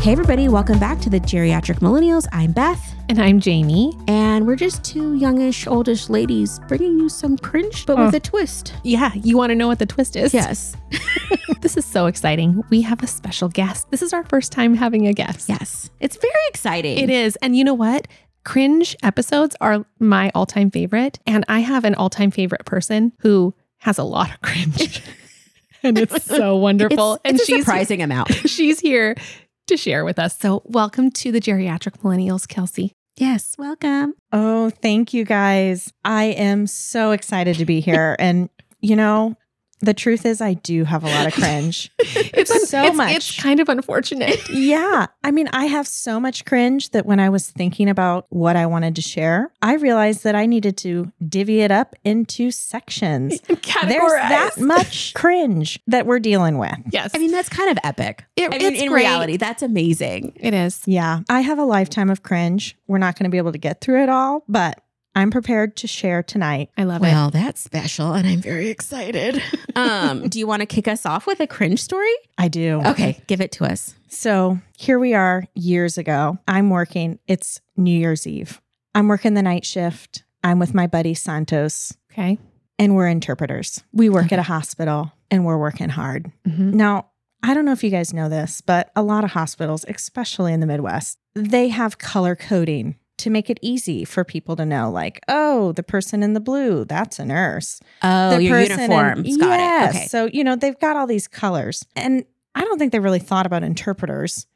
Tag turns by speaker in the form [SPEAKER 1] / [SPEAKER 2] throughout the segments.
[SPEAKER 1] Hey, everybody, welcome back to the Geriatric Millennials. I'm Beth,
[SPEAKER 2] And I'm Jamie.
[SPEAKER 1] and we're just two youngish, oldish ladies bringing you some cringe, but with a twist.
[SPEAKER 2] Yeah, you want to know what the twist is?
[SPEAKER 1] Oh. Yes,
[SPEAKER 2] This is so exciting. We have a special guest. This is our first time having a guest.
[SPEAKER 1] yes. It's very exciting.
[SPEAKER 2] It is. And you know what? Cringe episodes are my all time favorite. And I have an all time favorite person who has a lot of cringe. and it's so wonderful.
[SPEAKER 1] It's,
[SPEAKER 2] and
[SPEAKER 1] it's a surprising amount.
[SPEAKER 2] she's here to share with us. So, welcome to the Geriatric Millennials, Kelsey.
[SPEAKER 1] Yes, welcome.
[SPEAKER 3] Oh, thank you guys. I am so excited to be here. and you know, the truth is I do have a lot of cringe.
[SPEAKER 2] It's
[SPEAKER 3] So
[SPEAKER 2] it's,
[SPEAKER 3] much.
[SPEAKER 2] It's kind of unfortunate.
[SPEAKER 3] yeah. I mean, I have so much cringe that when I was thinking about what I wanted to share, I realized that I needed to divvy it up into sections. There's that
[SPEAKER 2] Categorized.
[SPEAKER 3] much cringe that we're dealing with.
[SPEAKER 2] Yes.
[SPEAKER 1] I mean, that's kind of epic.
[SPEAKER 2] It-
[SPEAKER 1] I mean,
[SPEAKER 2] it's
[SPEAKER 1] in
[SPEAKER 2] great.
[SPEAKER 1] reality, that's amazing.
[SPEAKER 2] It is.
[SPEAKER 3] Yeah. I have a lifetime of cringe. We're not going to be able to get through it all, but I'm prepared to share tonight.
[SPEAKER 2] I love it.
[SPEAKER 1] that's special, and I'm very excited. um, do you want to kick us off with a cringe story?
[SPEAKER 3] I do.
[SPEAKER 1] Okay, give it to us.
[SPEAKER 3] So here we are years ago. I'm working, it's New Year's Eve. I'm working the night shift. I'm with my buddy Santos,
[SPEAKER 2] Okay.
[SPEAKER 3] and we're interpreters. We work at a hospital and we're working hard.
[SPEAKER 2] Mhm.
[SPEAKER 3] Now, I don't know if you guys know this, but a lot of hospitals, especially in the Midwest, they have color coding to make it easy for people to know, like, oh, the person in the blue, that's a nurse
[SPEAKER 1] Oh,
[SPEAKER 3] the
[SPEAKER 1] your
[SPEAKER 3] person in-
[SPEAKER 1] uniforms. Got
[SPEAKER 3] yes.
[SPEAKER 1] it. Okay.
[SPEAKER 3] So, you know, they've got all these colors. And I don't think they really thought about interpreters.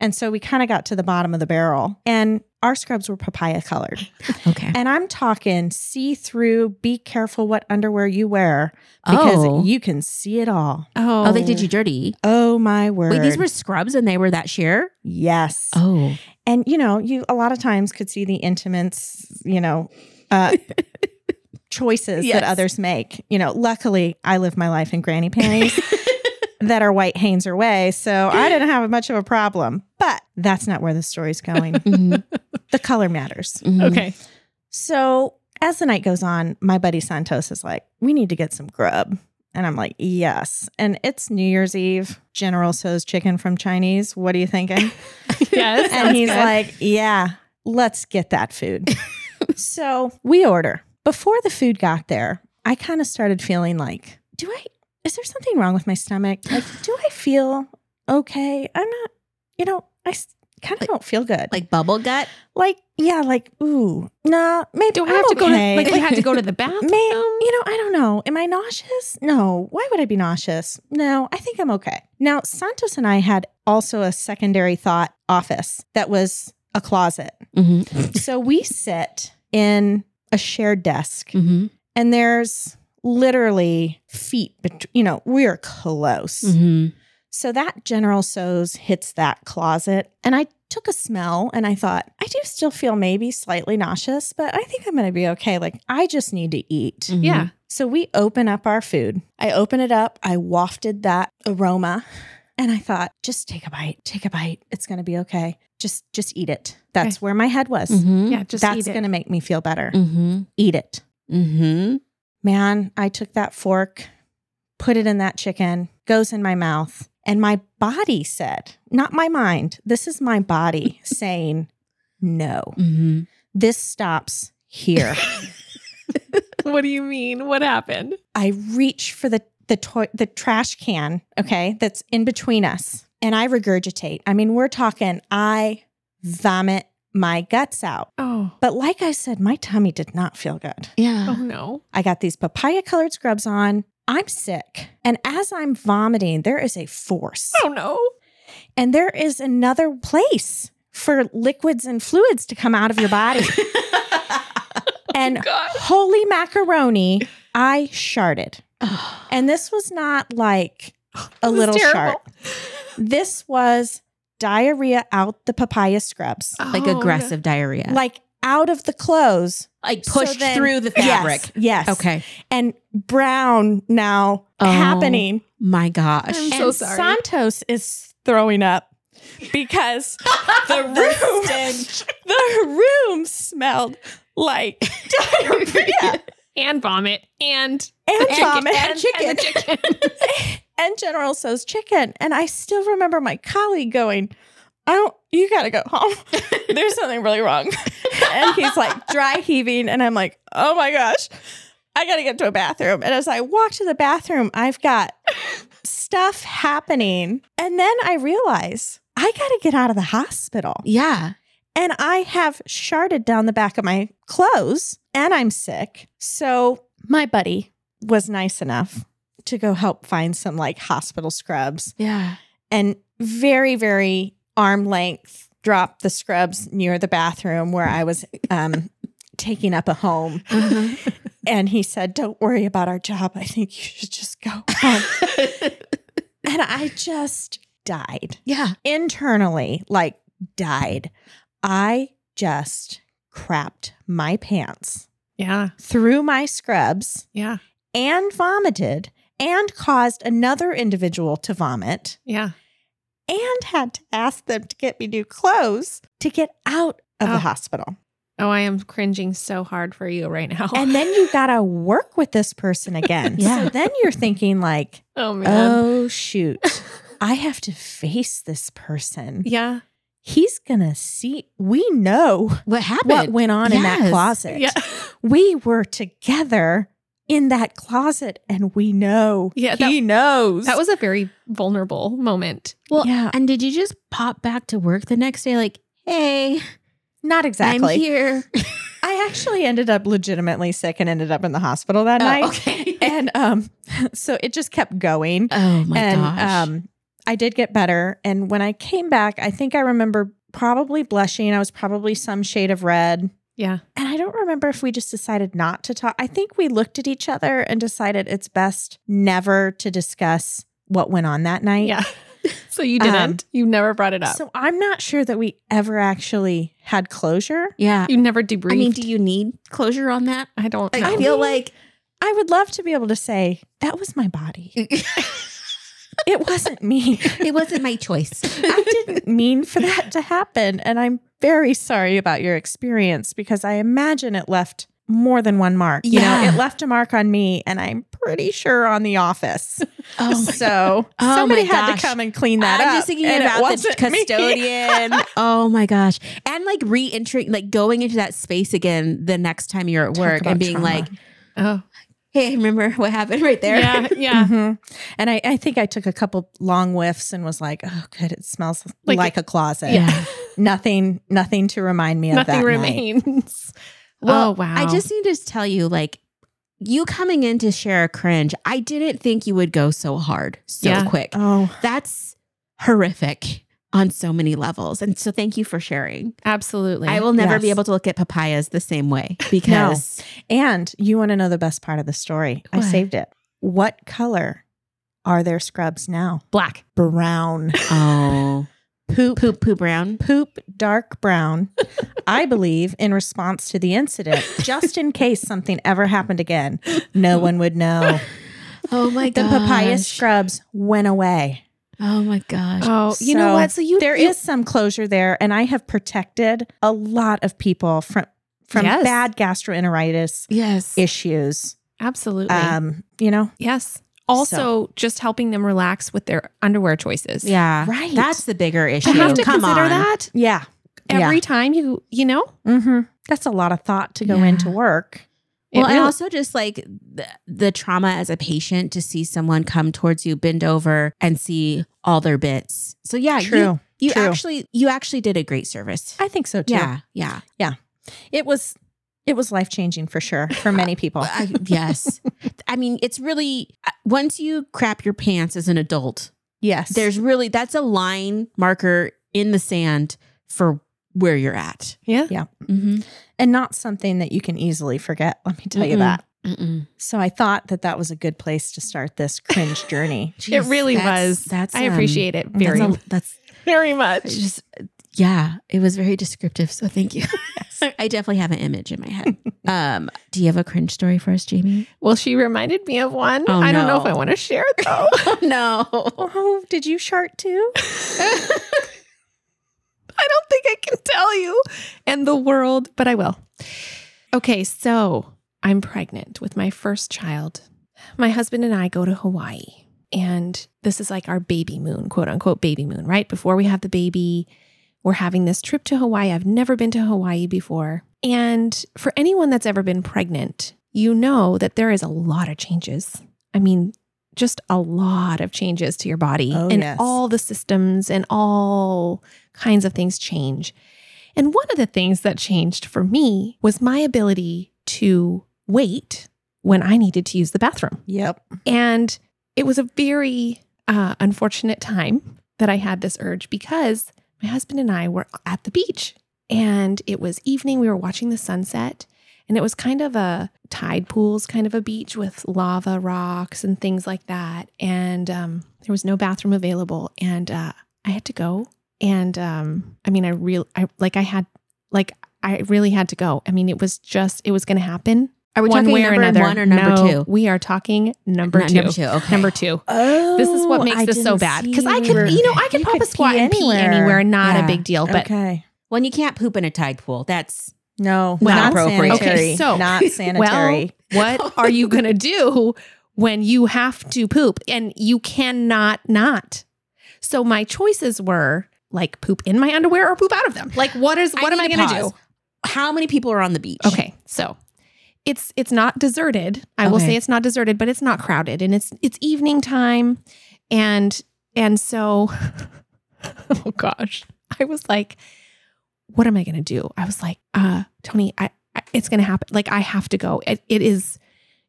[SPEAKER 3] And so we kind of got to the bottom of the barrel. And our scrubs were papaya colored.
[SPEAKER 1] Okay.
[SPEAKER 3] And I'm talking see through, be careful what underwear you wear because
[SPEAKER 1] oh.
[SPEAKER 3] you can see it all.
[SPEAKER 2] Oh,
[SPEAKER 1] oh, they did you dirty.
[SPEAKER 3] Oh my word.
[SPEAKER 1] Wait, these were scrubs and they were that sheer?
[SPEAKER 3] yes.
[SPEAKER 1] Oh.
[SPEAKER 3] And you know, you a lot of times could see the intimates, you know, uh choices
[SPEAKER 2] Yes.
[SPEAKER 3] that others make. You know, luckily I live my life in granny panties that are white Hanes or way, so I didn't have much of a problem. But that's not where the story's going.
[SPEAKER 1] Mm-hmm.
[SPEAKER 3] the color matters.
[SPEAKER 2] Okay.
[SPEAKER 3] So as the night goes on, my buddy Santos is like, we need to get some grub. And I'm like, yes. And it's New Year's Eve. General So's chicken from Chinese. What are you thinking?
[SPEAKER 2] Yes.
[SPEAKER 3] and he's like, yeah, let's get that food. so we order. Before the food got there, I kind of started feeling like, do I, is there something wrong with my stomach? Like, do I feel okay? I'm not, you know, I kind of
[SPEAKER 1] Like-
[SPEAKER 3] don't feel good.
[SPEAKER 1] Like bubble gut?
[SPEAKER 3] like, yeah, like, ooh, nah, maybe
[SPEAKER 2] do I
[SPEAKER 3] I'm
[SPEAKER 2] have to go to
[SPEAKER 3] okay.
[SPEAKER 2] like we had to go to the bathroom?
[SPEAKER 3] May, you know, I don't know. Am I nauseous? No. Why would I be nauseous? No, I think I'm okay. Now, Santos and I had also a secondary thought office that was a closet.
[SPEAKER 1] Mm-hmm.
[SPEAKER 3] so we sit in a shared desk,
[SPEAKER 1] Mm-hmm.
[SPEAKER 3] and there's literally feet, bet- you know, we are close.
[SPEAKER 1] Mm-hmm.
[SPEAKER 3] So that General So's hits that closet. And I took a smell and I thought, I do still feel maybe slightly nauseous, but I think I'm going to be okay. Like, I just need to eat.
[SPEAKER 1] Mm-hmm.
[SPEAKER 2] Yeah.
[SPEAKER 3] So we open up our food. I open it up. I wafted that aroma and I thought, just take a bite, take a bite. It's going to be okay. Just just eat it. That's where my head was.
[SPEAKER 1] Mm-hmm.
[SPEAKER 2] Yeah. Just
[SPEAKER 3] That's
[SPEAKER 2] eat it. Mm.
[SPEAKER 3] going to make me feel better.
[SPEAKER 1] Mm-hmm.
[SPEAKER 3] Eat it.
[SPEAKER 1] Mm-hmm.
[SPEAKER 3] Man, I took that fork, put it in that chicken, goes in my mouth, and my body said, not my mind. This is my body saying, "No.
[SPEAKER 1] Mm-hmm.
[SPEAKER 3] This stops here."
[SPEAKER 2] what do you mean? What happened?
[SPEAKER 3] I reach for the the toy the trash can, okay, that's in between us, and I regurgitate. I mean, we're talking I vomit my guts out.
[SPEAKER 2] Oh.
[SPEAKER 3] But like I said, my tummy did not feel good.
[SPEAKER 2] Oh
[SPEAKER 1] Yeah.
[SPEAKER 2] no.
[SPEAKER 3] I got these papaya colored scrubs on. I'm sick. And as I'm vomiting, there is a force.
[SPEAKER 2] Oh no.
[SPEAKER 3] And there is another place for liquids and fluids to come out of your body. and
[SPEAKER 2] God.
[SPEAKER 3] holy macaroni, I sharded.
[SPEAKER 1] Oh.
[SPEAKER 3] And this was not like a
[SPEAKER 2] This is
[SPEAKER 3] little
[SPEAKER 2] terrible.
[SPEAKER 3] sharp. This was diarrhea out the papaya scrubs,
[SPEAKER 1] like
[SPEAKER 2] Oh,
[SPEAKER 1] aggressive diarrhea.
[SPEAKER 3] like out of the clothes.
[SPEAKER 1] like
[SPEAKER 3] So
[SPEAKER 1] pushed
[SPEAKER 3] then-
[SPEAKER 1] through the fabric.
[SPEAKER 3] Yes. yes.
[SPEAKER 1] Okay.
[SPEAKER 3] And brown now
[SPEAKER 1] Oh.
[SPEAKER 3] happening.
[SPEAKER 1] My gosh.
[SPEAKER 2] I'm
[SPEAKER 3] and
[SPEAKER 2] so sorry.
[SPEAKER 3] Santos is throwing up because the room the room smelled like diarrhea
[SPEAKER 2] And vomit and
[SPEAKER 3] and vomit
[SPEAKER 2] and,
[SPEAKER 3] and chicken
[SPEAKER 2] and the chicken.
[SPEAKER 3] and General So's chicken. And I still remember my colleague going, I don't, you gotta go home. There's something really wrong. and he's like dry heaving. And I'm like, oh my gosh, I gotta get to a bathroom. And as I walk to the bathroom, I've got stuff happening. And then I realize I gotta get out of the hospital.
[SPEAKER 1] Yeah.
[SPEAKER 3] And I have sharded down the back of my clothes and I'm sick. So my buddy was nice enough to go help find some like hospital scrubs
[SPEAKER 1] Yeah.
[SPEAKER 3] and very, very arm length dropped the scrubs near the bathroom where I was um, taking up a home.
[SPEAKER 1] Uh-huh.
[SPEAKER 3] And he said, Don't worry about our job. I think you should just go home. and I just died
[SPEAKER 1] yeah.
[SPEAKER 3] internally, like died. I just crapped my pants
[SPEAKER 2] Yeah.
[SPEAKER 3] through my scrubs
[SPEAKER 2] Yeah.
[SPEAKER 3] and vomited and caused another individual to vomit.
[SPEAKER 2] Yeah.
[SPEAKER 3] and had to ask them to get me new clothes to get out of
[SPEAKER 2] Oh.
[SPEAKER 3] the hospital.
[SPEAKER 2] Oh, I am cringing so hard for you right now.
[SPEAKER 3] And then you got to work with this person again.
[SPEAKER 1] Yeah.
[SPEAKER 3] So then you're thinking like,
[SPEAKER 2] oh man.
[SPEAKER 3] "Oh shoot. I have to face this person.
[SPEAKER 2] yeah.
[SPEAKER 3] He's going to see we know
[SPEAKER 1] What happened?
[SPEAKER 3] what went on in that
[SPEAKER 1] Yes.
[SPEAKER 3] closet.
[SPEAKER 2] Yeah.
[SPEAKER 3] We were together in that closet and we know.
[SPEAKER 2] Yeah,
[SPEAKER 3] he knows.
[SPEAKER 2] That was a very vulnerable moment.
[SPEAKER 1] well,
[SPEAKER 3] yeah.
[SPEAKER 1] and did you just pop back to work the next day like, hey,
[SPEAKER 3] Not exactly.
[SPEAKER 1] I'm here.
[SPEAKER 3] I actually ended up legitimately sick and ended up in the hospital that night.
[SPEAKER 1] Oh, okay.
[SPEAKER 3] and um so it just kept going
[SPEAKER 1] oh my
[SPEAKER 3] and
[SPEAKER 1] gosh.
[SPEAKER 3] um i did get better and when i came back i think i remember probably blushing i was probably some shade of red
[SPEAKER 2] Yeah.
[SPEAKER 3] and i don't remember if we just decided not to talk i think we looked at each other and decided it's best never to discuss what went on that night
[SPEAKER 2] Yeah. so you
[SPEAKER 3] Um,
[SPEAKER 2] didn't. you never brought it up.
[SPEAKER 3] so i'm not sure that we ever actually had closure
[SPEAKER 1] yeah.
[SPEAKER 2] you never debriefed.
[SPEAKER 1] uh, I mean, do you need closure on that?
[SPEAKER 2] I don't
[SPEAKER 1] I
[SPEAKER 2] know.
[SPEAKER 1] feel like
[SPEAKER 3] i would love to be able to say that was my body it wasn't me
[SPEAKER 1] it wasn't my choice.
[SPEAKER 3] I didn't mean for that to happen. And I'm very sorry about your experience because I imagine it left more than one mark. You
[SPEAKER 1] Yeah.
[SPEAKER 3] know, it left a mark on me and I'm pretty sure on the office.
[SPEAKER 1] Oh my
[SPEAKER 3] so
[SPEAKER 1] Oh my
[SPEAKER 3] somebody had
[SPEAKER 1] gosh.
[SPEAKER 3] to come and clean that
[SPEAKER 1] I'm
[SPEAKER 3] up.
[SPEAKER 1] just thinking
[SPEAKER 3] and it
[SPEAKER 1] about the
[SPEAKER 3] wasn't me.
[SPEAKER 1] custodian. oh my gosh. And like re entering, like going into that space again the next time you're at
[SPEAKER 3] Talk
[SPEAKER 1] work and
[SPEAKER 3] about
[SPEAKER 1] being
[SPEAKER 3] trauma.
[SPEAKER 1] like,
[SPEAKER 2] oh,
[SPEAKER 1] hey, remember what happened right there?
[SPEAKER 2] yeah, yeah.
[SPEAKER 3] Mhm. And I, I think I took a couple long whiffs and was like, oh, good. It smells
[SPEAKER 2] Like-
[SPEAKER 3] like, a closet.
[SPEAKER 1] Yeah.
[SPEAKER 3] Nothing, nothing to remind me of
[SPEAKER 2] Nothing
[SPEAKER 3] that. night.
[SPEAKER 2] remains.
[SPEAKER 1] Well,
[SPEAKER 2] oh wow.
[SPEAKER 1] I just need to tell you, like, you coming in to share a cringe, I didn't think you would go so hard so
[SPEAKER 2] Yeah.
[SPEAKER 1] quick.
[SPEAKER 3] Oh,
[SPEAKER 1] That's horrific on so many levels. And so thank you for sharing.
[SPEAKER 2] absolutely.
[SPEAKER 1] I will never be
[SPEAKER 3] Yes.
[SPEAKER 1] able to look at papayas the same way because
[SPEAKER 3] And you want to know the best part of the story?
[SPEAKER 1] What?
[SPEAKER 3] I saved it. What color are their scrubs now?
[SPEAKER 2] black.
[SPEAKER 3] Brown.
[SPEAKER 1] oh
[SPEAKER 3] Poop,
[SPEAKER 1] poop poo brown.
[SPEAKER 3] poop, dark brown. I believe in response to the incident, just in case something ever happened again, no one would know.
[SPEAKER 1] Oh my
[SPEAKER 3] The papaya scrubs went away.
[SPEAKER 1] Oh my gosh.
[SPEAKER 2] Oh, you know
[SPEAKER 3] So
[SPEAKER 2] what? So you
[SPEAKER 3] There is
[SPEAKER 2] you-
[SPEAKER 3] some closure there, and I have protected a lot of people from from
[SPEAKER 2] Yes.
[SPEAKER 3] bad gastroenteritis
[SPEAKER 1] yes.
[SPEAKER 3] issues.
[SPEAKER 2] absolutely
[SPEAKER 3] Um, you know,
[SPEAKER 2] yes. Also, just helping them relax with their underwear choices.
[SPEAKER 1] yeah.
[SPEAKER 3] right.
[SPEAKER 1] That's the bigger issue.
[SPEAKER 2] I have to
[SPEAKER 1] Come
[SPEAKER 2] consider
[SPEAKER 1] on.
[SPEAKER 2] that
[SPEAKER 3] yeah.
[SPEAKER 2] every time you you know.
[SPEAKER 3] Mm-hmm. That's a lot of thought to go
[SPEAKER 1] Yeah.
[SPEAKER 3] into work.
[SPEAKER 1] Well,
[SPEAKER 2] It
[SPEAKER 1] and
[SPEAKER 2] really-
[SPEAKER 1] also just like the, the trauma as a patient to see someone come towards you, bend over, and see all their bits. So yeah, you you
[SPEAKER 3] true.
[SPEAKER 1] actually you actually did a great service.
[SPEAKER 3] I think so too.
[SPEAKER 1] yeah, yeah,
[SPEAKER 3] It was it was life changing for sure for many people.
[SPEAKER 1] I, yes. I mean, it's really uh, once you crap your pants as an adult,
[SPEAKER 3] yes.
[SPEAKER 1] there's really that's a line marker in the sand for where you're at.
[SPEAKER 2] yeah.
[SPEAKER 1] Mm-hmm.
[SPEAKER 3] and not something that you can easily forget, let me tell you
[SPEAKER 1] Mm-mm.
[SPEAKER 3] that.
[SPEAKER 1] Mm-mm.
[SPEAKER 3] So I thought that that was a good place to start this cringe journey.
[SPEAKER 2] It really
[SPEAKER 1] that's-
[SPEAKER 2] was.
[SPEAKER 1] That's
[SPEAKER 2] I
[SPEAKER 1] um,
[SPEAKER 2] appreciate it very
[SPEAKER 1] That's, a, that's
[SPEAKER 2] very much.
[SPEAKER 1] it's just yeah. It was very descriptive. So thank you. I definitely have an image in my head. Um, do you have a cringe story for us, Jamie?
[SPEAKER 2] Well, she reminded me of one.
[SPEAKER 1] Oh,
[SPEAKER 2] I don't know
[SPEAKER 1] no.
[SPEAKER 2] if I want to share it though.
[SPEAKER 1] no.
[SPEAKER 3] Oh, did you shart too?
[SPEAKER 2] I don't think I can tell you and the world, but I will. Okay, so I'm pregnant with my first child. My husband and I go to Hawaii, and this is like our baby moon, quote unquote baby moon, right? Before we have the baby, We're having this trip to Hawaii. I've never been to Hawaii before. And for anyone that's ever been pregnant, you know that there is a lot of changes. I mean, just a lot of changes to your body
[SPEAKER 3] Oh,
[SPEAKER 2] and
[SPEAKER 3] yes.
[SPEAKER 2] all the systems and all kinds of things change. And one of the things that changed for me was my ability to wait when I needed to use the bathroom.
[SPEAKER 3] Yep.
[SPEAKER 2] And it was a very uh, unfortunate time that I had this urge because my husband and I were at the beach and it was evening. We were watching the sunset and it was kind of a tide pools, kind of a beach with lava rocks and things like that. And um, there was no bathroom available. And uh, I had to go. And um, I mean, I really, I like, I had, like, I really had to go. I mean, it was just, it was going to happen.
[SPEAKER 1] Are we
[SPEAKER 2] one
[SPEAKER 1] talking
[SPEAKER 2] way
[SPEAKER 1] number
[SPEAKER 2] or another.
[SPEAKER 1] one or number
[SPEAKER 2] No,
[SPEAKER 1] two?
[SPEAKER 2] We are talking number
[SPEAKER 1] Not
[SPEAKER 2] two.
[SPEAKER 1] number two. Okay.
[SPEAKER 2] Number two.
[SPEAKER 3] Oh,
[SPEAKER 2] This is what makes this so bad because I could, you know, I could
[SPEAKER 3] You
[SPEAKER 2] pop
[SPEAKER 3] could
[SPEAKER 2] a squat
[SPEAKER 3] pee
[SPEAKER 2] and pee
[SPEAKER 3] anywhere.
[SPEAKER 2] anywhere, not
[SPEAKER 1] Yeah.
[SPEAKER 2] a big deal. But
[SPEAKER 3] okay.
[SPEAKER 1] When you can't poop in a tide pool, that's
[SPEAKER 3] No,
[SPEAKER 2] Well,
[SPEAKER 3] not
[SPEAKER 1] appropriate.
[SPEAKER 3] sanitary.
[SPEAKER 2] Okay, so- oh
[SPEAKER 3] not sanitary.
[SPEAKER 2] well, what are you gonna do when you have to poop and you cannot not? So my choices were like poop in my underwear or poop out of them. Like what is
[SPEAKER 1] I
[SPEAKER 2] what am I
[SPEAKER 1] need to
[SPEAKER 2] gonna
[SPEAKER 1] pause.
[SPEAKER 2] do?
[SPEAKER 1] how many people are on the beach?
[SPEAKER 2] Okay, so it's it's not deserted. I will
[SPEAKER 1] Okay.
[SPEAKER 2] say it's not deserted, but it's not crowded, and it's it's evening time, and and so, oh gosh, I was like, what am I gonna do? I was like, uh, Tony, I, I it's gonna happen. Like I have to go. It, it is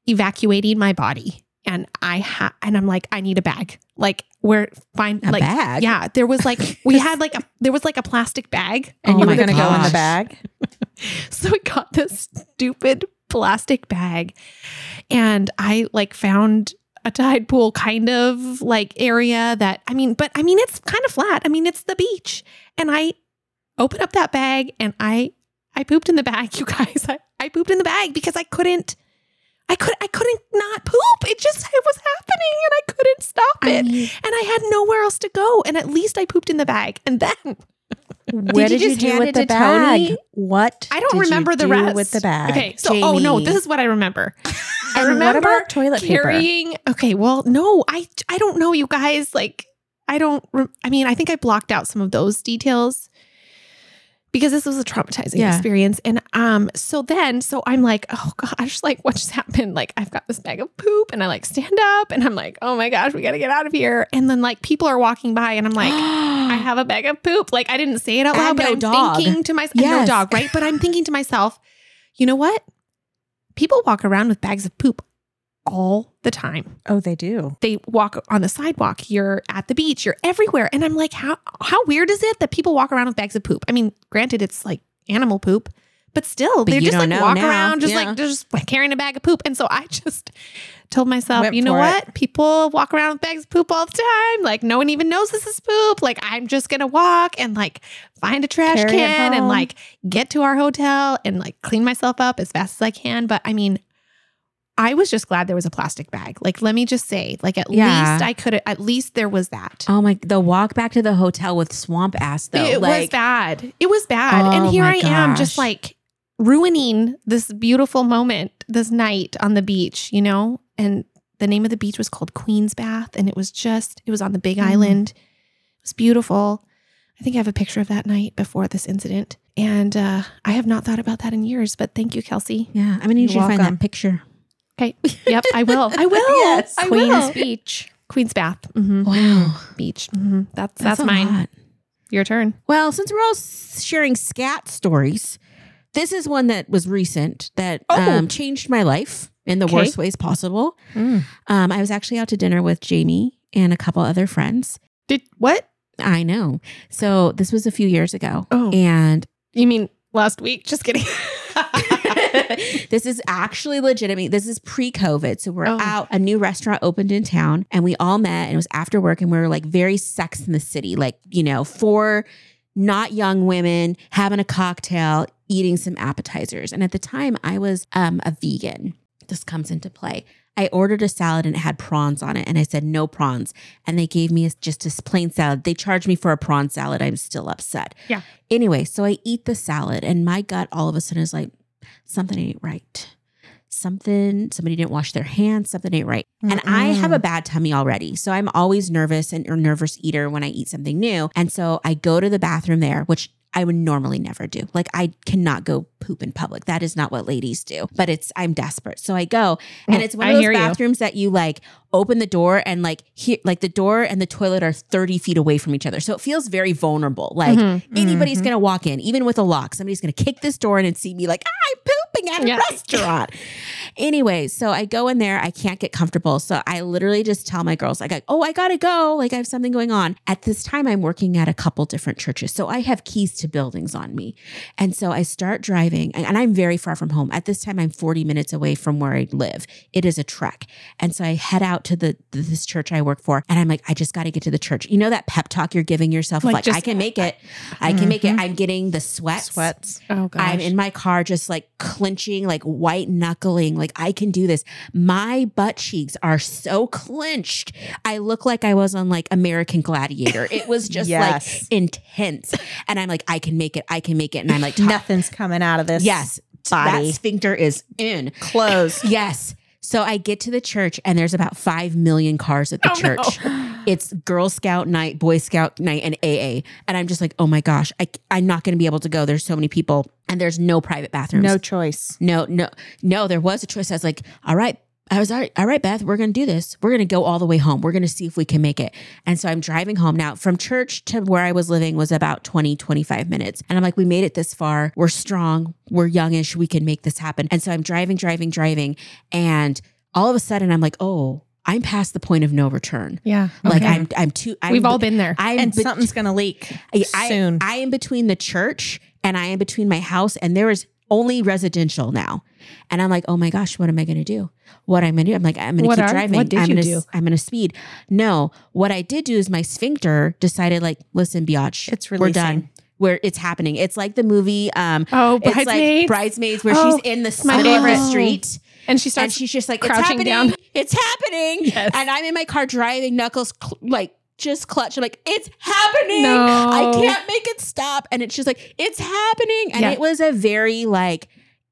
[SPEAKER 2] evacuating my body, and I ha- and I'm like, I need a bag. Like we're fine.
[SPEAKER 1] A
[SPEAKER 2] like
[SPEAKER 1] bag?
[SPEAKER 2] yeah, there was like we had like a there was like a plastic bag,
[SPEAKER 3] And
[SPEAKER 1] Oh
[SPEAKER 3] you
[SPEAKER 1] my
[SPEAKER 3] were going to go in
[SPEAKER 1] gosh.
[SPEAKER 3] the bag.
[SPEAKER 2] so I got this stupid plastic bag and I like found a tide pool kind of like area that I mean, but I mean, it's kind of flat. I mean, it's the beach. And I opened up that bag and I, I pooped in the bag, you guys. I, I pooped in the bag because I couldn't, I could, I couldn't not poop. It just, it was happening and I couldn't stop it.
[SPEAKER 1] I
[SPEAKER 2] and
[SPEAKER 1] mean,
[SPEAKER 2] I had nowhere else to go. And at least I pooped in the bag. And then
[SPEAKER 3] What
[SPEAKER 2] you
[SPEAKER 3] did you,
[SPEAKER 2] just
[SPEAKER 3] do
[SPEAKER 2] hand
[SPEAKER 3] with
[SPEAKER 2] it
[SPEAKER 3] the
[SPEAKER 2] to
[SPEAKER 3] bag?
[SPEAKER 2] Tony?
[SPEAKER 3] What?
[SPEAKER 2] I don't
[SPEAKER 3] did you
[SPEAKER 2] remember the
[SPEAKER 3] do
[SPEAKER 2] rest
[SPEAKER 3] with the bag.
[SPEAKER 2] Okay, so oh no,
[SPEAKER 1] Jamie.
[SPEAKER 2] this is what I remember. I
[SPEAKER 3] And
[SPEAKER 2] remember
[SPEAKER 3] what about toilet paper?
[SPEAKER 2] carrying. Okay, well, no, I I don't know, you guys. Like, I don't. Rem- I mean, I think I blocked out some of those details because this was a traumatizing
[SPEAKER 1] Yeah.
[SPEAKER 2] experience. And um, so then, so I'm like, oh gosh, like what just happened? Like, I've got this bag of poop, and I like stand up, and I'm like, oh my gosh, we got to get out of here. And then like people are walking by, and I'm like. I have a bag of poop. Like I didn't say it out
[SPEAKER 1] And
[SPEAKER 2] loud, but
[SPEAKER 1] no
[SPEAKER 2] I'm
[SPEAKER 1] dog.
[SPEAKER 2] thinking to myself, no
[SPEAKER 1] Yes.
[SPEAKER 2] dog, right? But I'm thinking to myself, you know what? People walk around with bags of poop all the time.
[SPEAKER 3] oh, they do.
[SPEAKER 2] They walk on the sidewalk. You're at the beach. You're everywhere. And I'm like, how how weird is it that people walk around with bags of poop? I mean, granted, it's like animal poop, but still,
[SPEAKER 1] But
[SPEAKER 2] they're
[SPEAKER 1] you
[SPEAKER 2] just like
[SPEAKER 1] don't know
[SPEAKER 2] walk
[SPEAKER 1] now.
[SPEAKER 2] around, just
[SPEAKER 1] Yeah.
[SPEAKER 2] like they're just carrying a bag of poop. And so I just told myself,
[SPEAKER 3] Went
[SPEAKER 2] you know
[SPEAKER 3] for it.
[SPEAKER 2] what? People walk around with bags of poop all the time. Like no one even knows this is poop. Like I'm just gonna walk and like find a trash
[SPEAKER 3] Carry it
[SPEAKER 2] can and
[SPEAKER 3] home.
[SPEAKER 2] like get to our hotel and like clean myself up as fast as I can. But I mean, I was just glad there was a plastic bag. Like let me just say, like at
[SPEAKER 1] Yeah.
[SPEAKER 2] least I could at least there was that.
[SPEAKER 1] Oh my! The walk back to the hotel with swamp ass though.
[SPEAKER 2] It was
[SPEAKER 1] like,
[SPEAKER 2] bad. It was bad.
[SPEAKER 1] Oh
[SPEAKER 2] and here
[SPEAKER 1] my
[SPEAKER 2] I am
[SPEAKER 1] gosh.
[SPEAKER 2] just like ruining this beautiful moment, this night on the beach, you know? And the name of the beach was called Queen's Bath. And it was just, it was on the Big
[SPEAKER 3] Mm.
[SPEAKER 2] Island. It was beautiful. I think I have a picture of that night before this incident. And uh, I have not thought about that in years, but thank you, Kelsey.
[SPEAKER 1] yeah. I'm gonna need
[SPEAKER 3] You're
[SPEAKER 1] you to find
[SPEAKER 3] welcome.
[SPEAKER 1] that picture.
[SPEAKER 2] Okay. Yep. I will. I will.
[SPEAKER 3] Yes.
[SPEAKER 2] I
[SPEAKER 3] Queen's
[SPEAKER 2] will.
[SPEAKER 3] Beach.
[SPEAKER 2] Queen's Bath. hmm
[SPEAKER 1] Wow,
[SPEAKER 2] Beach. hmm That's, that's, mine. Your turn.
[SPEAKER 1] Well, since we're all s- sharing scat stories, this is one that was recent that
[SPEAKER 2] Oh.
[SPEAKER 1] um, changed my life in the
[SPEAKER 2] Okay.
[SPEAKER 1] worst ways possible.
[SPEAKER 3] Mm,
[SPEAKER 1] Um, I was actually out to dinner with Jamie and a couple other friends.
[SPEAKER 2] Did what?
[SPEAKER 1] I know. So this was a few years ago,
[SPEAKER 2] Oh.
[SPEAKER 1] and
[SPEAKER 2] You mean last week? Just kidding.
[SPEAKER 1] this is actually legitimate. This is pre-COVID, so we're
[SPEAKER 2] Oh.
[SPEAKER 1] out. A new restaurant opened in town, and we all met. And it was after work, and we were like very Sex in the City, like you know, four not young women having a cocktail, eating some appetizers. And at the time, I was um, a vegan. This comes into play. I ordered a salad and it had prawns on it, and I said no prawns, and they gave me a, just a plain salad. They charged me for a prawn salad. I'm still upset.
[SPEAKER 2] Yeah.
[SPEAKER 1] Anyway, so I eat the salad, and my gut all of a sudden is like something ain't right. something, somebody didn't wash their hands, something ain't right. And I have a bad tummy already. So I'm always nervous and or nervous eater when I eat something new. And so I go to the bathroom there, which I would normally never do. Like I cannot go poop in public. That is not what ladies do. But it's I'm desperate. So I go. And it's one
[SPEAKER 2] Oh, I
[SPEAKER 1] of
[SPEAKER 2] hear
[SPEAKER 1] those
[SPEAKER 2] you.
[SPEAKER 1] bathrooms that you like open the door and like here like the door and the toilet are 30 feet away from each other. So it feels very vulnerable. Like
[SPEAKER 2] Mhm.
[SPEAKER 1] anybody's
[SPEAKER 3] Mhm.
[SPEAKER 1] gonna walk in, even with a lock, somebody's gonna kick this door in and see me like, ah, I'm pooping at a
[SPEAKER 2] Yeah.
[SPEAKER 1] restaurant. anyway, so I go in there, I can't get comfortable. So I literally just tell my girls, like, oh, I gotta go. Like I have something going on. At this time, I'm working at a couple different churches. So I have keys to buildings on me. And so I start driving, and and I'm very far from home. At this time, I'm 40 minutes away from where I live. It is a trek. And so I head out to the this church I work for, and I'm like, I just got to get to the church. You know that pep talk you're giving yourself,
[SPEAKER 2] Like,
[SPEAKER 1] like,
[SPEAKER 2] just-
[SPEAKER 1] I can make it, I can make it. I'm getting the sweats.
[SPEAKER 3] sweats.
[SPEAKER 2] Oh gosh.
[SPEAKER 1] I'm in my car, just like clenching, like white knuckling, like I can do this. My butt cheeks are so clenched. I look like I was on like American Gladiator. It was just
[SPEAKER 3] Yes.
[SPEAKER 1] like intense, and I'm like, I can make it, I can make it, and I'm like,
[SPEAKER 3] Nothing's coming out of this.
[SPEAKER 1] yes,
[SPEAKER 3] body.
[SPEAKER 1] that sphincter is in.
[SPEAKER 3] Closed.
[SPEAKER 1] Yes. So I get to the church and there's about 5 million cars at the
[SPEAKER 2] Oh, no.
[SPEAKER 1] church. It's Girl Scout night, Boy Scout night, and AA. And I'm just like, oh my gosh, I, I'm not going to be able to go. There's so many people and there's no private bathrooms.
[SPEAKER 3] no choice.
[SPEAKER 1] no, no, no, there was a choice. I was like, all right. I was all right, all right, Beth, we're going to do this. We're going to go all the way home. We're going to see if we can make it. And so I'm driving home now from church to where I was living was about 20, 25 minutes. And I'm like, we made it this far. We're strong. We're youngish. We can make this happen. And so I'm driving, driving, driving. And all of a sudden I'm like, oh, I'm past the point of no return.
[SPEAKER 2] yeah.
[SPEAKER 1] Like
[SPEAKER 2] okay.
[SPEAKER 1] I'm, I'm too, I'm,
[SPEAKER 2] We've all been there.
[SPEAKER 1] I'm
[SPEAKER 3] And
[SPEAKER 1] bet-
[SPEAKER 3] something's going to leak
[SPEAKER 1] I, I-
[SPEAKER 3] soon.
[SPEAKER 1] I am between the church and I am between my house, and there is only residential now. And I'm like, oh my gosh, what am I going to do? What I'm going to do? I'm like, I'm going to
[SPEAKER 2] What
[SPEAKER 1] keep
[SPEAKER 2] are-
[SPEAKER 1] driving.
[SPEAKER 2] what did
[SPEAKER 1] I'm
[SPEAKER 2] you
[SPEAKER 1] gonna,
[SPEAKER 2] do?
[SPEAKER 1] s- I'm going to speed. No, what I did do is my sphincter decided, like, listen, biatch,
[SPEAKER 3] It's
[SPEAKER 1] we're
[SPEAKER 3] releasing.
[SPEAKER 1] done. Where it's happening. It's like the movie, um,
[SPEAKER 2] oh,
[SPEAKER 1] it's like
[SPEAKER 2] bridesmaids.
[SPEAKER 1] Bridesmaids, where
[SPEAKER 2] Oh,
[SPEAKER 1] she's in the
[SPEAKER 2] my
[SPEAKER 1] middle of the
[SPEAKER 2] favorite.
[SPEAKER 1] street
[SPEAKER 2] and she
[SPEAKER 1] and
[SPEAKER 2] starts.
[SPEAKER 1] she's just like, it's
[SPEAKER 2] crouching
[SPEAKER 1] happening.
[SPEAKER 2] down.
[SPEAKER 1] It's happening.
[SPEAKER 2] Yes.
[SPEAKER 1] And I'm in my car driving, knuckles cl- like just clutch. I'm like, it's happening.
[SPEAKER 2] No.
[SPEAKER 1] I can't make it stop. And it's just like, it's happening. And
[SPEAKER 2] Yeah.
[SPEAKER 1] it was a very like,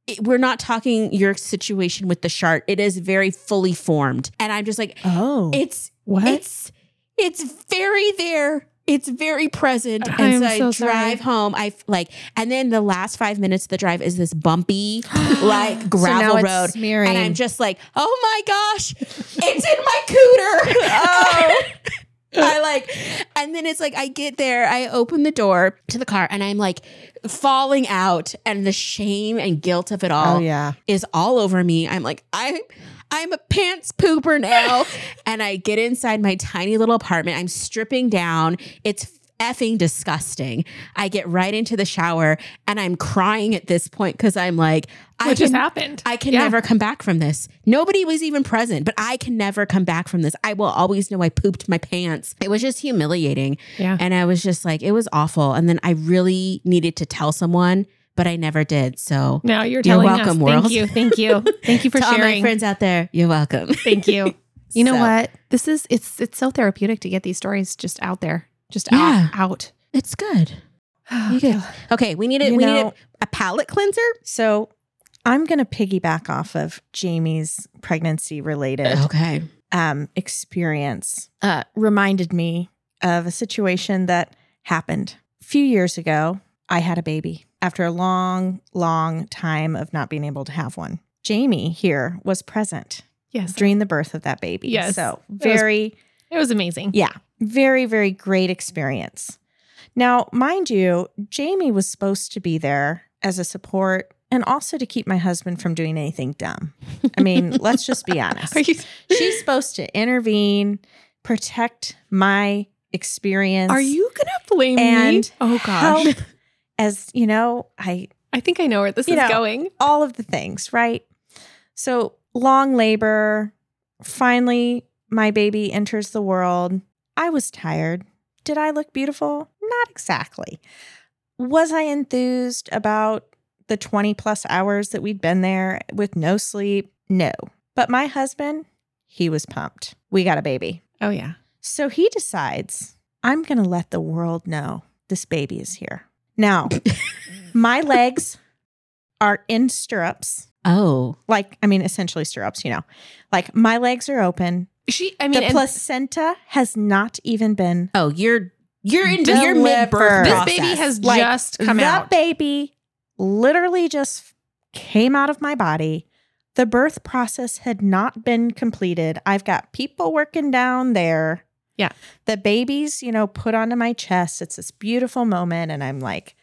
[SPEAKER 1] it- we're not talking your situation with the shark. It is very fully formed. And I'm just like,
[SPEAKER 3] oh.
[SPEAKER 1] it's,
[SPEAKER 2] what?
[SPEAKER 1] it's, it's very there. It's very present.
[SPEAKER 2] I am
[SPEAKER 1] And so I
[SPEAKER 2] so sorry.
[SPEAKER 1] drive home. I f- like, and then the last five minutes of the drive is this bumpy, like gravel
[SPEAKER 3] so now
[SPEAKER 1] road.
[SPEAKER 3] It's smearing.
[SPEAKER 1] And I'm just like, oh my gosh, it's in my cooter. oh. I like, and then it's like, I get there, I open the door to the car, and I'm like falling out, and the shame and guilt of it all
[SPEAKER 3] oh, yeah.
[SPEAKER 1] is all over me. I'm like, I'm I'm a pants pooper now. and I get inside my tiny little apartment. I'm stripping down. It's effing disgusting. I get right into the shower and I'm crying at this point because I'm like, I
[SPEAKER 2] what just
[SPEAKER 1] can,
[SPEAKER 2] happened?
[SPEAKER 1] I can
[SPEAKER 2] Yeah.
[SPEAKER 1] never come back from this. Nobody was even present, but I can never come back from this. I will always know I pooped my pants. It was just humiliating.
[SPEAKER 2] Yeah.
[SPEAKER 1] And I was just like, it was awful. And then I really needed to tell someone, but I never did. So
[SPEAKER 2] Now you're telling us.
[SPEAKER 1] welcome,
[SPEAKER 2] Thank
[SPEAKER 1] world.
[SPEAKER 2] you. Thank you. Thank you for
[SPEAKER 1] to all my
[SPEAKER 2] sharing.
[SPEAKER 1] friends out there, you're welcome.
[SPEAKER 2] Thank you. You know
[SPEAKER 1] So-
[SPEAKER 2] what? This is it's it's so therapeutic to get these stories just out there, just
[SPEAKER 1] Yeah.
[SPEAKER 2] out
[SPEAKER 1] It's good.
[SPEAKER 2] out.
[SPEAKER 1] You get- Okay, we need a
[SPEAKER 3] You
[SPEAKER 1] we need
[SPEAKER 3] know-
[SPEAKER 1] a, a palate cleanser.
[SPEAKER 3] So I'm going to piggyback off of Jamie's pregnancy related
[SPEAKER 1] Okay.
[SPEAKER 3] um, experience. Uh, reminded me of a situation that happened a few years ago. I had a baby after a long, long time of not being able to have one. Jamie here was present
[SPEAKER 2] yes,
[SPEAKER 3] during the birth of that baby.
[SPEAKER 2] Yes.
[SPEAKER 3] So
[SPEAKER 2] was-
[SPEAKER 3] very.
[SPEAKER 2] it was amazing.
[SPEAKER 3] Yeah. Very, very great experience. Now, mind you, Jamie was supposed to be there as a support and also to keep my husband from doing anything dumb. I mean, let's just be honest.
[SPEAKER 2] Are you?
[SPEAKER 3] She's supposed to intervene, protect my experience.
[SPEAKER 2] Are you gonna blame
[SPEAKER 3] And
[SPEAKER 2] me? Oh gosh,
[SPEAKER 3] help as, you know, I
[SPEAKER 2] I think I know where this
[SPEAKER 3] You
[SPEAKER 2] is
[SPEAKER 3] know.
[SPEAKER 2] going.
[SPEAKER 3] all of the things, right? So long labor. Finally, my baby enters the world. I was tired. Did I look beautiful? Not exactly. Was I enthused about the 20 plus hours that we'd been there with no sleep? No. But my husband, he was pumped. We got a baby.
[SPEAKER 2] Oh yeah,
[SPEAKER 3] So he decides, I'm going to let the world know this baby is here. Now, my legs are in stirrups
[SPEAKER 1] Oh,
[SPEAKER 3] Like, I mean, essentially stirrups, you know. Like, my legs are open.
[SPEAKER 2] She, I mean,
[SPEAKER 3] the
[SPEAKER 2] and
[SPEAKER 3] placenta has not even been.
[SPEAKER 1] oh, you're you're in you're
[SPEAKER 3] Deliver.
[SPEAKER 1] mid birth.
[SPEAKER 2] this
[SPEAKER 3] process,
[SPEAKER 2] baby has
[SPEAKER 3] like,
[SPEAKER 2] just come
[SPEAKER 3] the
[SPEAKER 2] out.
[SPEAKER 3] baby literally just came out of my body. The birth process had not been completed. I've got people working down there.
[SPEAKER 2] Yeah.
[SPEAKER 3] The baby's, you know, put onto my chest. It's this beautiful moment. And I'm like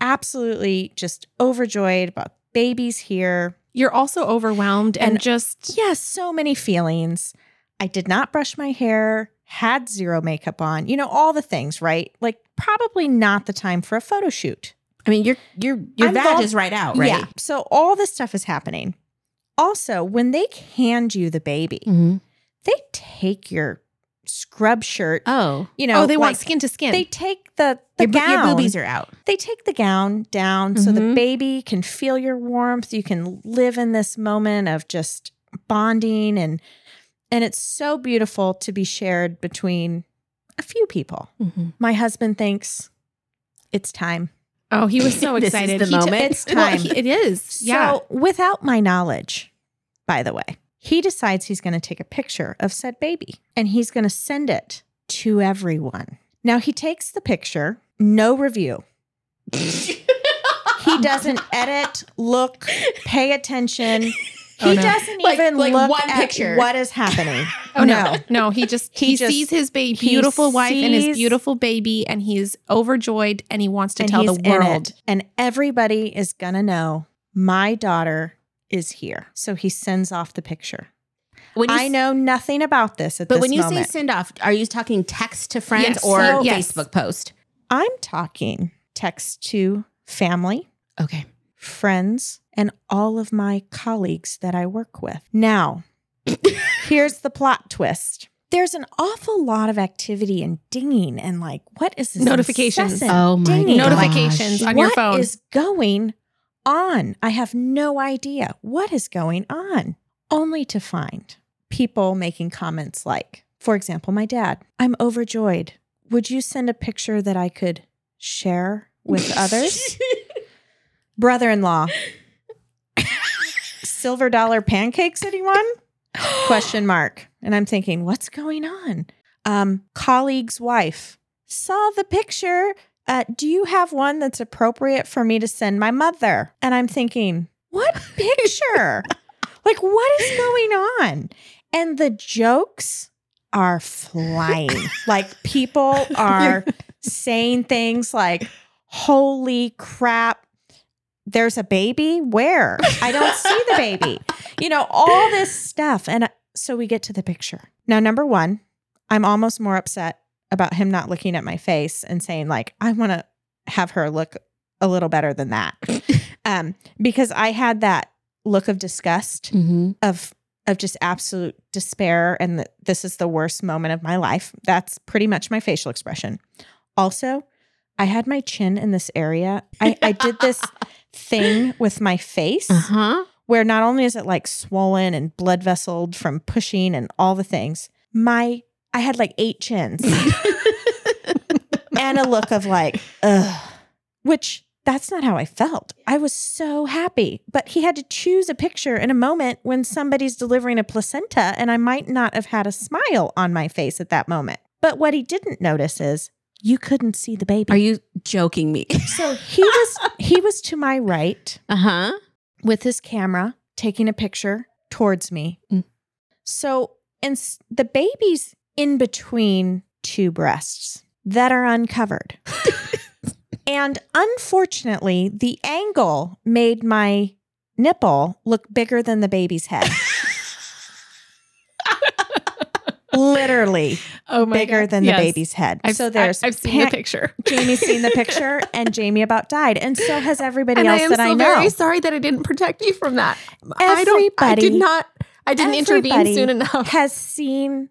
[SPEAKER 3] absolutely just overjoyed about babies here.
[SPEAKER 2] You're also overwhelmed and,
[SPEAKER 3] And-
[SPEAKER 2] just
[SPEAKER 3] Yes, so many feelings. I did not brush my hair, had zero makeup on, you know, all the things, right? Like, probably not the time for a photo shoot.
[SPEAKER 1] I mean, your your your
[SPEAKER 3] I'm
[SPEAKER 1] vag
[SPEAKER 3] vul-
[SPEAKER 1] is right out, right?
[SPEAKER 3] So, all this stuff is happening. Also, when they hand you the baby,
[SPEAKER 1] Mhm.
[SPEAKER 3] they take your scrub shirt,
[SPEAKER 1] Oh,
[SPEAKER 3] you know,
[SPEAKER 2] oh, they want
[SPEAKER 3] like,
[SPEAKER 2] skin to skin.
[SPEAKER 3] They take the, the
[SPEAKER 1] your, bo-
[SPEAKER 3] gown.
[SPEAKER 1] your boobies are out.
[SPEAKER 3] they take the gown down so the
[SPEAKER 1] Mhm.
[SPEAKER 3] baby can feel your warmth you can live in this moment of just bonding and and it's so beautiful to be shared between a few people my husband thinks it's time
[SPEAKER 2] oh, he was so
[SPEAKER 1] This is
[SPEAKER 2] excited.
[SPEAKER 1] the
[SPEAKER 2] He took-
[SPEAKER 1] moment.
[SPEAKER 3] it's
[SPEAKER 2] Well,
[SPEAKER 3] time
[SPEAKER 2] he- it is. Yeah.
[SPEAKER 3] so without my knowledge by the way he decides he's going to take a picture of said baby and he's going to send it to everyone now he takes the picture no review He doesn't edit, look, pay attention. He
[SPEAKER 2] Oh, no.
[SPEAKER 3] doesn't
[SPEAKER 1] Like-
[SPEAKER 3] even
[SPEAKER 1] like
[SPEAKER 3] look
[SPEAKER 1] one
[SPEAKER 3] at
[SPEAKER 1] picture.
[SPEAKER 3] what is happening.
[SPEAKER 2] Oh no, no! He just
[SPEAKER 3] He
[SPEAKER 2] he,
[SPEAKER 3] just-
[SPEAKER 2] sees his ba-
[SPEAKER 3] he
[SPEAKER 2] beautiful wife and
[SPEAKER 3] sees-
[SPEAKER 2] his beautiful baby, and he's overjoyed, and he wants to
[SPEAKER 3] And
[SPEAKER 2] tell
[SPEAKER 3] he's
[SPEAKER 2] the
[SPEAKER 3] in it.
[SPEAKER 2] world.
[SPEAKER 3] And everybody is gonna know my daughter is here. So he sends off the picture.
[SPEAKER 1] When you
[SPEAKER 3] I
[SPEAKER 1] s-
[SPEAKER 3] know nothing about this at
[SPEAKER 1] But
[SPEAKER 3] this
[SPEAKER 1] when you
[SPEAKER 3] moment.
[SPEAKER 1] say send off, are you talking text to friends
[SPEAKER 2] Yes.
[SPEAKER 1] or
[SPEAKER 2] So- Yes.
[SPEAKER 1] Facebook post?
[SPEAKER 3] I'm talking text to family,
[SPEAKER 1] Okay.
[SPEAKER 3] friends, and all of my colleagues that I work with. Now, here's the plot twist. There's an awful lot of activity and dinging and like, what is this?
[SPEAKER 2] Notifications.
[SPEAKER 3] incessant
[SPEAKER 1] Oh my
[SPEAKER 3] dinging?
[SPEAKER 1] gosh.
[SPEAKER 2] Notifications. on your
[SPEAKER 3] What
[SPEAKER 2] phone.
[SPEAKER 3] is going on? I have no idea what is going on. Only to find people making comments like, for example, my dad, I'm overjoyed. Would you send a picture that I could share with others? Brother in law. Silver dollar pancakes, anyone? Question mark. And I'm thinking, what's going on? Um, colleague's wife saw the picture. Uh, do you have one that's appropriate for me to send my mother? And I'm thinking, what picture? like, what is going on? And the jokes are flying. like, people are saying things like, holy crap, there's a baby? Where? I don't see the baby. You know, all this stuff. And uh, so we get to the picture. Now, number one, I'm almost more upset about him not looking at my face and saying, like, I want to have her look a little better than that. um, because I had that look of disgust
[SPEAKER 1] Mhm.
[SPEAKER 3] of of just absolute despair and that this is the worst moment of my life. That's pretty much my facial expression. Also, I had my chin in this area. I, I did this thing with my face
[SPEAKER 1] Uh-huh.
[SPEAKER 3] where not only is it like swollen and blood vesseled from pushing and all the things, my I had like eight chins and a look of like, ugh, which that's not how I felt. I was so happy, but he had to choose a picture in a moment when somebody's delivering a placenta, and I might not have had a smile on my face at that moment. But what he didn't notice is you couldn't see the baby.
[SPEAKER 1] Are you joking me?
[SPEAKER 3] so he was he was to my right
[SPEAKER 1] Uh-huh.
[SPEAKER 3] with his camera taking a picture towards me.
[SPEAKER 1] Mm.
[SPEAKER 3] So, and s- the baby's in between two breasts that are uncovered. and unfortunately, the angle made my nipple look bigger than the baby's head. Literally
[SPEAKER 2] Oh my
[SPEAKER 3] bigger
[SPEAKER 2] God.
[SPEAKER 3] than
[SPEAKER 2] Yes.
[SPEAKER 3] the baby's head.
[SPEAKER 2] I've,
[SPEAKER 3] so there's
[SPEAKER 2] I, have seen
[SPEAKER 3] pan-
[SPEAKER 2] the picture.
[SPEAKER 3] Jamie's seen the picture and Jamie about died. And so has everybody
[SPEAKER 2] and I
[SPEAKER 3] else
[SPEAKER 2] am
[SPEAKER 3] that
[SPEAKER 2] so
[SPEAKER 3] I know.
[SPEAKER 2] very sorry that I didn't protect you from that. I don't. I
[SPEAKER 3] Everybody-
[SPEAKER 2] did not. I didn't intervene
[SPEAKER 3] everybody
[SPEAKER 2] soon enough.
[SPEAKER 3] has seen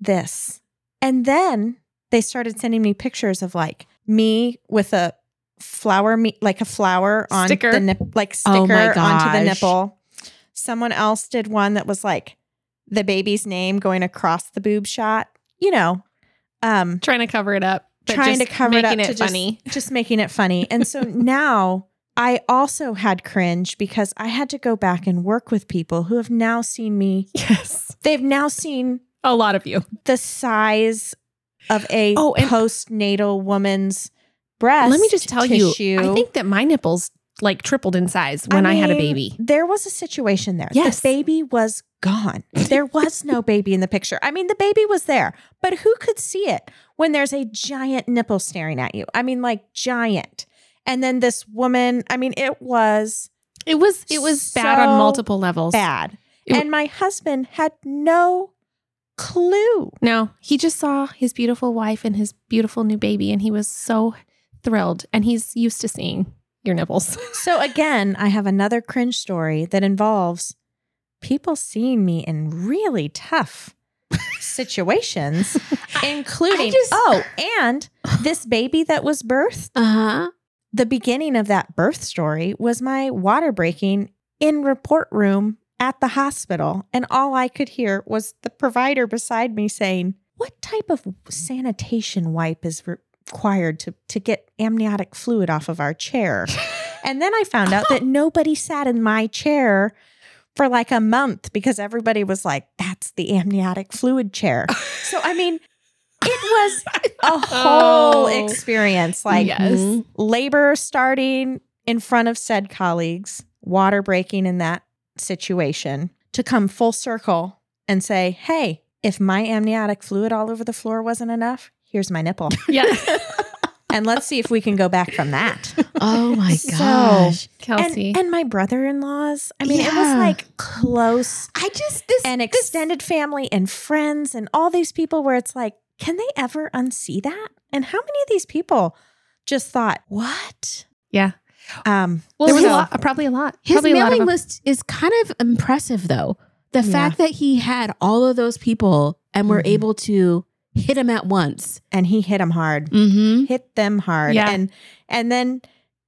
[SPEAKER 3] this. And then they started sending me pictures of like me with a flower, me- like a flower on
[SPEAKER 2] Sticker.
[SPEAKER 3] the nip, like
[SPEAKER 1] Oh my
[SPEAKER 3] sticker onto
[SPEAKER 1] gosh.
[SPEAKER 3] the nipple. Someone else did one that was like the baby's name going across the boob shot, you know, um,
[SPEAKER 2] Trying to cover it up. But
[SPEAKER 3] trying to
[SPEAKER 2] just
[SPEAKER 3] cover it up
[SPEAKER 2] making
[SPEAKER 3] to
[SPEAKER 2] funny.
[SPEAKER 3] Just, just making it funny. And so now I also had cringe because I had to go back and work with people who have now seen me.
[SPEAKER 2] Yes.
[SPEAKER 3] They've now seen
[SPEAKER 2] A lot of you.
[SPEAKER 3] the size of a
[SPEAKER 2] Oh, and-
[SPEAKER 3] postnatal woman's breast.
[SPEAKER 2] Let me just tell
[SPEAKER 3] tissue.
[SPEAKER 2] you, I think that my nipples like tripled in size when I, had a
[SPEAKER 3] mean,
[SPEAKER 2] baby.
[SPEAKER 3] There was a situation there.
[SPEAKER 2] Yes.
[SPEAKER 3] The baby was gone. There was no baby in the picture. I mean, the baby was there, but who could see it when there's a giant nipple staring at you? I mean, like giant. And then this woman, I mean, it was
[SPEAKER 2] It was it was bad on
[SPEAKER 3] so
[SPEAKER 2] multiple levels.
[SPEAKER 3] bad.
[SPEAKER 2] It w-
[SPEAKER 3] and my husband had no clue.
[SPEAKER 2] No, he just saw his beautiful wife and his beautiful new baby, and he was so thrilled. And he's used to seeing your nipples.
[SPEAKER 3] So again, I have another cringe story that involves people seeing me in really tough situations, including
[SPEAKER 2] just-
[SPEAKER 3] oh, and this baby that was birthed.
[SPEAKER 1] Uh huh.
[SPEAKER 3] The beginning of that birth story was my water breaking in report room at the hospital, and all I could hear was the provider beside me saying, "What type of sanitation wipe is re- required to to get amniotic fluid off of our chair?" And then I found out that nobody sat in my chair for like a month because everybody was like, that's the amniotic fluid chair. So, I mean, it was a whole
[SPEAKER 2] Oh.
[SPEAKER 3] experience like
[SPEAKER 2] yes.
[SPEAKER 1] mhm.
[SPEAKER 3] labor starting in front of said colleagues, water breaking in that situation to come full circle and say, hey, if my amniotic fluid all over the floor wasn't enough, here's my nipple.
[SPEAKER 2] Yeah.
[SPEAKER 3] and let's see if we can go back from that.
[SPEAKER 1] Oh my
[SPEAKER 3] So-
[SPEAKER 1] gosh.
[SPEAKER 3] And,
[SPEAKER 2] Kelsey.
[SPEAKER 3] and my brother-in-laws. I mean, it was
[SPEAKER 1] Yeah.
[SPEAKER 3] like close
[SPEAKER 1] I just this
[SPEAKER 3] and extended family and friends and all these people where it's like, can they ever unsee that? And how many of these people just thought, what?
[SPEAKER 2] yeah.
[SPEAKER 3] Um,
[SPEAKER 2] Well, there was
[SPEAKER 1] so-
[SPEAKER 2] a lot, probably a lot.
[SPEAKER 1] His
[SPEAKER 2] probably a lot of
[SPEAKER 1] mailing
[SPEAKER 2] them.
[SPEAKER 1] list is kind of impressive, though. The
[SPEAKER 3] Yeah.
[SPEAKER 1] fact that he had all of those people and were
[SPEAKER 3] Mhm.
[SPEAKER 1] able to hit him at once.
[SPEAKER 3] and he hit them hard,
[SPEAKER 1] Mm-hmm.
[SPEAKER 3] hit them hard.
[SPEAKER 2] Yeah.
[SPEAKER 3] And, and then,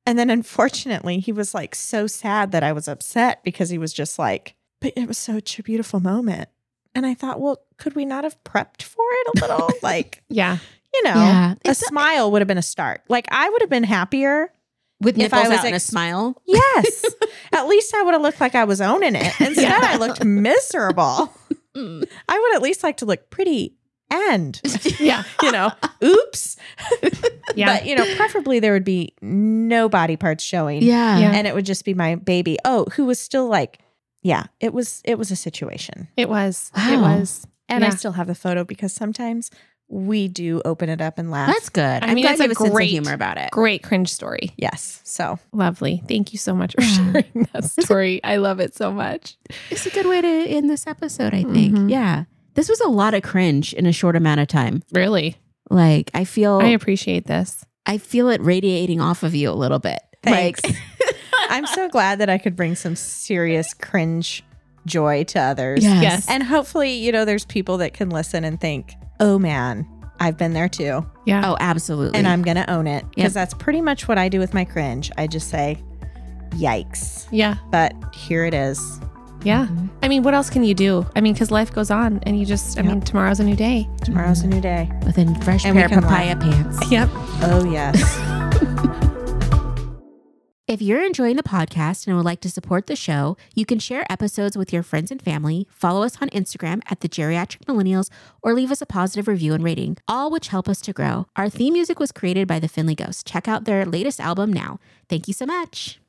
[SPEAKER 3] and then unfortunately, he was like so sad that I was upset because he was just like, but it was such a beautiful moment. And I thought, well, could we not have prepped for it a little? like,
[SPEAKER 2] Yeah.
[SPEAKER 3] you know,
[SPEAKER 1] Yeah.
[SPEAKER 3] a
[SPEAKER 1] It's-
[SPEAKER 3] smile would have been a start. Like I would have been happier.
[SPEAKER 1] with
[SPEAKER 3] if
[SPEAKER 1] nipples
[SPEAKER 3] I was
[SPEAKER 1] out and a
[SPEAKER 3] ex-
[SPEAKER 1] smile.
[SPEAKER 3] Yes. At least I would have looked like I was owning it. Instead,
[SPEAKER 2] Yeah.
[SPEAKER 3] I looked miserable.
[SPEAKER 1] Mm.
[SPEAKER 3] I would at least like to look pretty and,
[SPEAKER 2] Yeah.
[SPEAKER 3] you know, oops.
[SPEAKER 2] Yeah.
[SPEAKER 3] But, you know, preferably there would be no body parts showing.
[SPEAKER 1] Yeah.
[SPEAKER 2] Yeah.
[SPEAKER 3] And it would just be my baby. Oh, who was still like, yeah, it was it was a situation.
[SPEAKER 2] it was. It
[SPEAKER 1] Wow.
[SPEAKER 2] was.
[SPEAKER 3] And I
[SPEAKER 2] Yeah.
[SPEAKER 3] still have the photo because sometimes we do open it up and laugh.
[SPEAKER 1] That's good. I
[SPEAKER 2] mean,
[SPEAKER 1] mean, I'm
[SPEAKER 2] it's
[SPEAKER 1] glad you
[SPEAKER 2] a
[SPEAKER 1] have a sense of
[SPEAKER 2] great-
[SPEAKER 1] humor about it.
[SPEAKER 2] Great cringe story.
[SPEAKER 3] yes. So
[SPEAKER 2] Lovely. Thank you so much for
[SPEAKER 1] Yeah.
[SPEAKER 2] sharing that story. I love it so much.
[SPEAKER 1] It's a good way to end this episode, I think.
[SPEAKER 2] Mhm.
[SPEAKER 1] Yeah. Mm-hmm. This was a lot of cringe in a short amount of time.
[SPEAKER 2] Really.
[SPEAKER 1] Like I feel
[SPEAKER 2] I
[SPEAKER 1] I,
[SPEAKER 2] appreciate this.
[SPEAKER 1] feel it radiating off of you a little bit.
[SPEAKER 3] Thanks.
[SPEAKER 1] Like
[SPEAKER 3] I'm so glad that I could bring some serious cringe joy to others.
[SPEAKER 1] yes.
[SPEAKER 2] Yes.
[SPEAKER 3] And hopefully, you know, there's people that can listen and think, oh man, I've been there too.
[SPEAKER 2] Yeah.
[SPEAKER 1] Oh, absolutely.
[SPEAKER 3] And I'm going to own it. Because
[SPEAKER 1] Yep.
[SPEAKER 3] that's pretty much what I do with my cringe. I just say, yikes.
[SPEAKER 2] Yeah.
[SPEAKER 3] But here it is.
[SPEAKER 2] Yeah. I mean, what else can you do? I mean, because life goes on and you just, I
[SPEAKER 3] Yep.
[SPEAKER 2] mean, tomorrow's a new day.
[SPEAKER 3] Tomorrow's a new day.
[SPEAKER 1] with a fresh
[SPEAKER 3] And we
[SPEAKER 1] pair of
[SPEAKER 3] can
[SPEAKER 1] papaya pants.
[SPEAKER 2] Yep.
[SPEAKER 3] Oh, yes.
[SPEAKER 1] If you're enjoying the podcast and would like to support the show, you can share episodes with your friends and family, follow us on Instagram at the Geriatric Millennials, or leave us a positive review and rating, all which help us to grow. Our theme music was created by the Finley Ghost. Check out their latest album now. Thank you so much.